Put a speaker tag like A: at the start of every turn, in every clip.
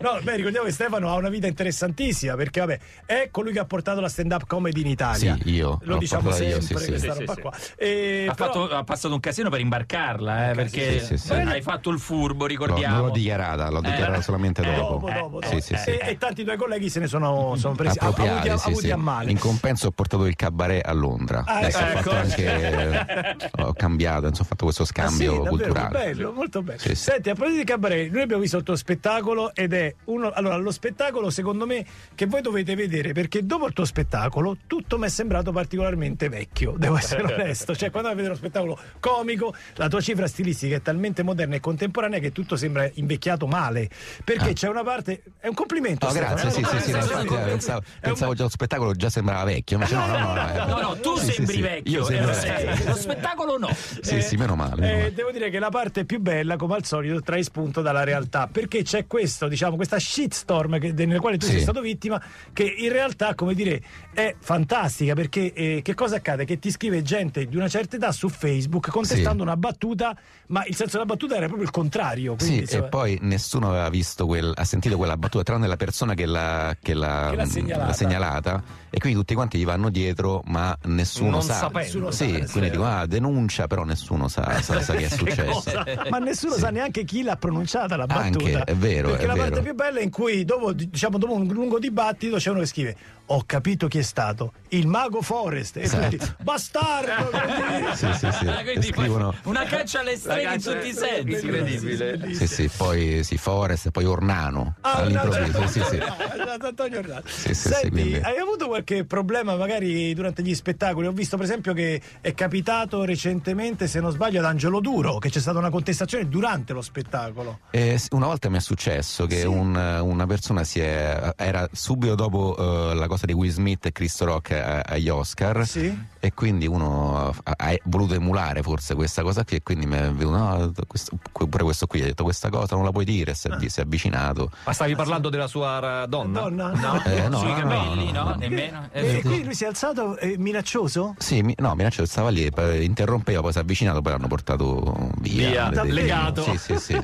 A: No, beh, ricordiamo che Stefano ha una vita interessantissima perché, vabbè, è colui che ha portato la stand-up comedy in Italia.
B: Sì, io.
A: Lo
B: L'ho
A: diciamo
B: portata
A: sempre,
B: io, sì, sì.
A: questa
C: Sì, sì,
A: roba
C: sì.
A: qua. E
C: Ha,
A: però-
C: fatto- ha passato un casino per imbarcarla, eh, perché
B: sì, sì, sì.
C: hai fatto il furbo,
B: L'ho-
C: ricordiamo.
B: l'ho dichiarata, l'ho
C: Eh,
B: dichiarata solamente
C: eh,
B: dopo.
A: dopo, dopo,
B: Sì,
A: dopo.
B: sì, sì.
A: E, e tanti tuoi colleghi se ne sono, sono presi avuti,
B: Appropriati,
A: a,
B: sì,
A: avuti
B: sì.
A: a male.
B: In compenso ho portato il cabaret a Londra.
A: Ah,
B: Adesso
C: ecco.
B: ho fatto anche ho cambiato, insomma, ho fatto questo
A: Ah, sì,
B: scambio
A: davvero,
B: culturale.
A: bello, molto bello.
B: Sì, sì.
A: Senti, a proposito di Cabaret, noi abbiamo visto il tuo spettacolo ed è uno. Allora, lo spettacolo, secondo me, che voi dovete vedere, perché dopo il tuo spettacolo tutto mi è sembrato particolarmente vecchio, devo essere onesto. Cioè, quando vedete uno spettacolo comico, la tua cifra stilistica è talmente moderna e contemporanea che tutto sembra invecchiato male. Perché c'è una parte. È un complimento.
B: Ah. Oh,
A: Stefano, eh. Ah,
B: grazie,
A: è
B: sì,
A: una-
B: sì, sì,
A: è
B: no,
A: un
B: infatti, eh,
A: complimento.
B: pensavo,
A: È un-
B: pensavo già lo spettacolo già sembrava vecchio, invece no, no, no, eh.
C: No, no, tu
B: Sì, sì,
C: sembri
B: sì.
C: vecchio,
B: Io
C: eh,
B: sembro
C: lo
B: vecchio.
C: sei. lo spettacolo no.
B: Sì, sì, meno male,
A: eh,
B: meno male.
A: devo dire che la parte più bella, come al solito, trae spunto dalla realtà. Perché c'è questo, diciamo, questa shitstorm che, nella quale tu
B: Sì.
A: sei stato vittima, che in realtà, come dire, è fantastica. Perché eh, che cosa accade? Che ti scrive gente di una certa età su Facebook contestando
B: Sì.
A: una battuta, ma il senso della battuta era proprio il contrario. Quindi,
B: Sì,
A: insomma,
B: e poi nessuno aveva visto quel, ha sentito quella battuta, tranne la persona che l'ha, che l'ha,
A: Che l'ha
B: mh,
A: segnalata.
B: l'ha segnalata, E quindi tutti quanti gli vanno dietro, ma nessuno
C: Non
B: sa.
C: sapendo.
B: Sì,
A: Nessuno sa,
B: quindi
A: sì.
B: dico, ah, denuncia, però nessuno sa, sa- sa che è successo.
C: cosa?
A: ma nessuno
B: Sì.
A: sa neanche chi l'ha pronunciata la
B: Anche,
A: battuta.
B: è vero,
A: Perché
B: è
A: la
B: vero.
A: parte più bella è in cui, dopo, diciamo, dopo un lungo dibattito, c'è uno che scrive: Ho capito chi è stato il mago Forest. E
B: Esatto.
A: tutti, bastardo! come dire.
B: Sì, sì, sì.
C: Ah, quindi
B: E scrivono-
C: poi una caccia alle streghe in tutti i sensi.
D: Incredibile.
B: Sì, sì, poi sì, Forest, poi Ornano
A: Ah,
B: all'improvviso.
A: Orlando,
B: Sì, sì.
A: Orlando, Antonio Orlando.
B: Sì, sì, sì,
A: Senti,
B: quindi-
A: hai avuto qualche problema magari durante gli spettacoli? Ho visto per esempio che è capitato recentemente, se non sbaglio, ad Angelo Duro, che c'è stata una contestazione durante lo spettacolo.
B: Eh, s- una volta mi è successo che
A: Sì.
B: un- una persona si è, era subito dopo eh, la cosa di Will Smith e Chris Rock a- agli Oscar
A: Sì.
B: e quindi uno ha, ha voluto emulare forse questa cosa qui e quindi mi è venuto no, questo- pure questo qui ha detto questa cosa non la puoi dire e si è, vi- si è avvicinato
D: Ma stavi parlando della sua eh, donna?
A: Donna?
B: Eh, no,
C: Sui
B: no, no,
C: capelli,
B: no,
C: no,
B: no.
C: nemmeno. Eh,
A: E
C: sì.
A: qui lui si è alzato eh, minaccioso?
B: sì, mi- no, minaccio stava lì, eh, interrompeva, poi si è avvicinato, poi l'hanno portato
D: Via,
B: via. Le- le-
D: legato.
B: Sì, sì, sì.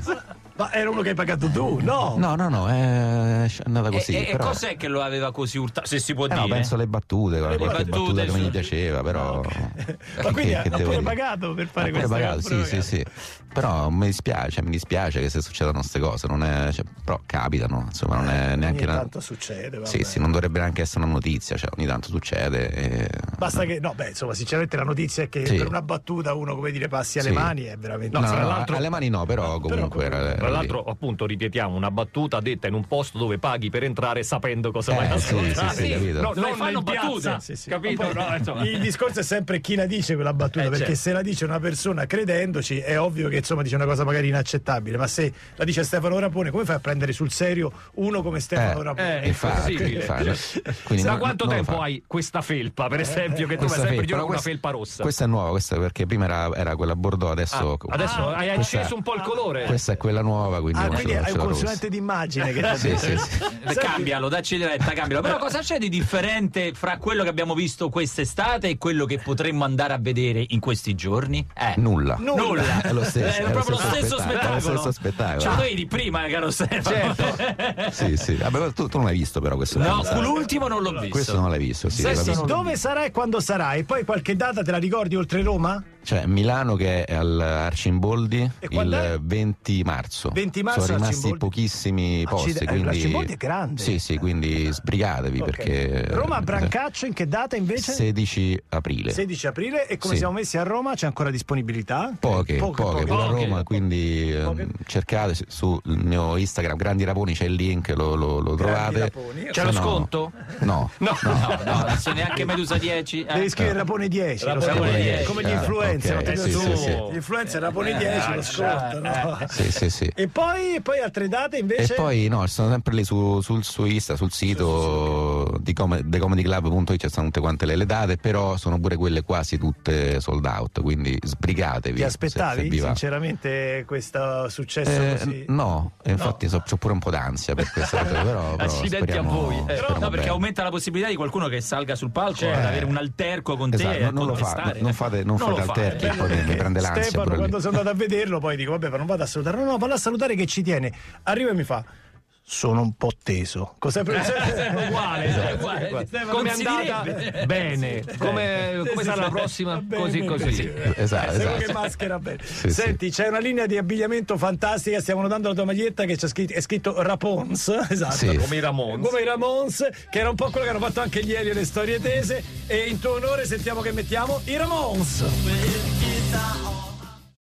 A: Ma era uno che hai pagato tu, Eh, no?
B: No, no, no, è è andata
C: E-
B: così.
C: e, e
B: però-
C: cos'è che lo aveva così urtato? Se si può
B: Eh
C: dire.
B: no, penso alle battute,
A: Eh,
B: qualche
C: battute,
B: battuta che
C: sì.
B: non gli piaceva, però.
A: Ah, Ma quindi ha
B: devo
A: pure
B: dire?
A: pagato per fare
B: Ha pure
A: questo.
B: pagato, sì, Eh, sì, sì. Però mi dispiace, mi dispiace che se succedano queste cose, non è, cioè, però capitano, insomma, non è neanche
A: Eh, Ogni
B: una.
A: tanto succede, vabbè.
B: Sì, sì, non dovrebbe neanche essere una notizia, cioè ogni tanto succede. e-
A: Basta che, no, beh, insomma, sinceramente la notizia è che
B: Sì.
A: per una battuta uno, come dire, passi alle
B: Sì.
A: mani è veramente...
B: No,
D: No, fra
B: no,
D: l'altro-
B: alle mani no, però comunque era- era
D: Tra
B: lì.
D: l'altro, appunto, ripetiamo una battuta detta in un posto dove paghi per entrare sapendo cosa
B: Eh,
D: vai a
B: sì,
D: ascoltare.
B: sì, sì, capito.
D: No,
C: Dove
D: non
C: fanno
D: in piazza,
C: battute.
A: Sì, sì.
D: capito?
A: Ma poi
D: No, insomma.
A: Il discorso è sempre chi la dice quella battuta,
D: Certo. Eh,
A: perché
D: certo.
A: se la dice una persona credendoci è ovvio che insomma dice una cosa magari inaccettabile, ma se la dice Stefano Rapone, come fai a prendere sul serio uno come Stefano Rapone?
D: eh,
B: infatti,
D: impossibile.
B: infatti. Quindi
D: da
B: no-
D: quanto
B: non lo
D: tempo
B: fa.
D: hai questa felpa,
A: Eh,
D: per esempio, che tu hai
B: Questa
D: sempre
B: felpa,
D: di
B: però
D: una
B: questa-
D: felpa rossa?
B: Questa è nuova, questa perché prima era, era quella Bordeaux, adesso.
D: Ah, adesso hai
B: questa-
D: acceso un po' il colore.
B: Questa è quella nuova, quindi,
A: Ah,
B: non ce
A: quindi
B: l'ho-
A: hai
B: ce
A: un
B: l'ho rossa.
A: consulente d'immagine che
B: Sì, sì, sì.
C: Eh, Cambialo, dacci diretta, cambialo. Però cosa c'è di differente fra quello che abbiamo visto quest'estate e quello che potremmo andare a vedere in questi giorni? Eh.
B: Nulla.
A: Nulla.
C: Nulla.
B: È lo stesso,
C: Eh,
B: è lo
C: proprio lo
B: stesso
C: stesso
B: spettacolo.
C: spettacolo.
B: È lo stesso spettacolo. Certo.
C: Cioè, vedi prima, caro Stefano.
B: Sì, sì. Vabbè, tu, tu non l'hai visto, però questo
C: No,
B: non l'hai visto.
C: l'ultimo non l'ho visto.
B: Questo non l'hai visto, sì.
C: Sì,
B: l'hai
C: sì,
B: visto.
C: no.
A: Dove sarà e quando sarà? E poi qualche data te la ricordi oltre Roma?
B: Cioè, Milano che è al Arcimboldi
A: E quando è?
B: il 20 marzo.
A: 20 marzo
B: Sono rimasti
A: Arcimboldi.
B: pochissimi
A: Accide-
B: posti.
A: eh,
B: Quindi...
A: l'Arcimboldi è grande.
B: Sì, sì, quindi sbrigatevi
A: Ok.
B: perché. eh,
A: Roma a Brancaccio in che data invece?
B: 16 aprile.
A: 16 aprile e come
B: Sì.
A: siamo messi a Roma c'è ancora disponibilità?
B: Poche, poche, però a
A: poche.
B: Roma, quindi
A: Poche.
B: ehm, cercate su- sul mio Instagram Grandi Raponi, c'è il link, lo, lo- lo trovate.
A: Raponi.
B: Se
D: C'è lo
B: no-
D: sconto?
B: No.
D: No,
C: No, no, adesso neanche Medusa 10. eh.
A: Devi scrivere
B: ecco.
A: Rapone 10, lo
C: Rapone
A: sai,
C: 10,
A: come gli
B: ah,
A: influencer,
B: ok,
A: lo
B: sì,
A: teniamo
B: sì,
A: su.
B: sì. Eh,
A: gli influencer Rapone 10 lo scordo. no?
B: Sì, sì, sì.
A: E poi, e poi altre date
B: E
A: invece?
B: poi no, sono sempre lì su- sul suo Insta, sul sito di com- thecomedyclub.it ci sono tutte quante le, le date, però sono pure quelle quasi tutte sold out, quindi sbrigatevi.
A: Ti
B: se-
A: aspettavi
B: se vi va.
A: sinceramente questo successo
B: Eh,
A: così?
B: no, e infatti ho pure un po' d'ansia per questa cosa, però, però
D: Accidenti a
B: speriamo-
D: voi, eh.
B: speriamo
C: No, perché
B: bene.
C: aumenta la possibilità di qualcuno che salga sul palco
B: Eh.
C: ad avere un alterco con
B: Esatto,
C: te.
B: non-
C: a
B: non lo fa,
C: contestare.
B: non fate- non fate
C: lo fa.
B: alterchi,
C: Eh,
B: poi mi- mi prende l'ansia
A: Stefano,
B: pure lì.
A: quando sono andato a vederlo, poi dico: Vabbè, ma non vado a salutare. No, no, vado a salutare che ci tiene. Arriva e mi fa. sono un po' teso. Cos'è per
D: Sempre Eh, uguale, eh,
C: Esatto.
D: uguale.
C: Esatto.
D: Come è
C: Consiglierebbe.
D: andata? Bene. Come,
A: Sì,
D: come
A: sì,
D: sarà la
A: sì.
D: prossima?
A: Va bene,
D: Così
A: va
D: così.
A: bene.
B: Esatto,
A: Eh, sembra
B: esatto.
A: che maschera bene.
B: Sì,
A: Senti, c'è una linea di abbigliamento fantastica. Stiamo notando la tua maglietta che c'è scritto, è scritto Rapons. Esatto.
B: Sì.
D: Come i Ramon.
A: Come i Ramons, che era un po' quello che hanno fatto anche ieri le storie tese. E in tuo onore sentiamo che mettiamo i Ramons.
E: We'll get down.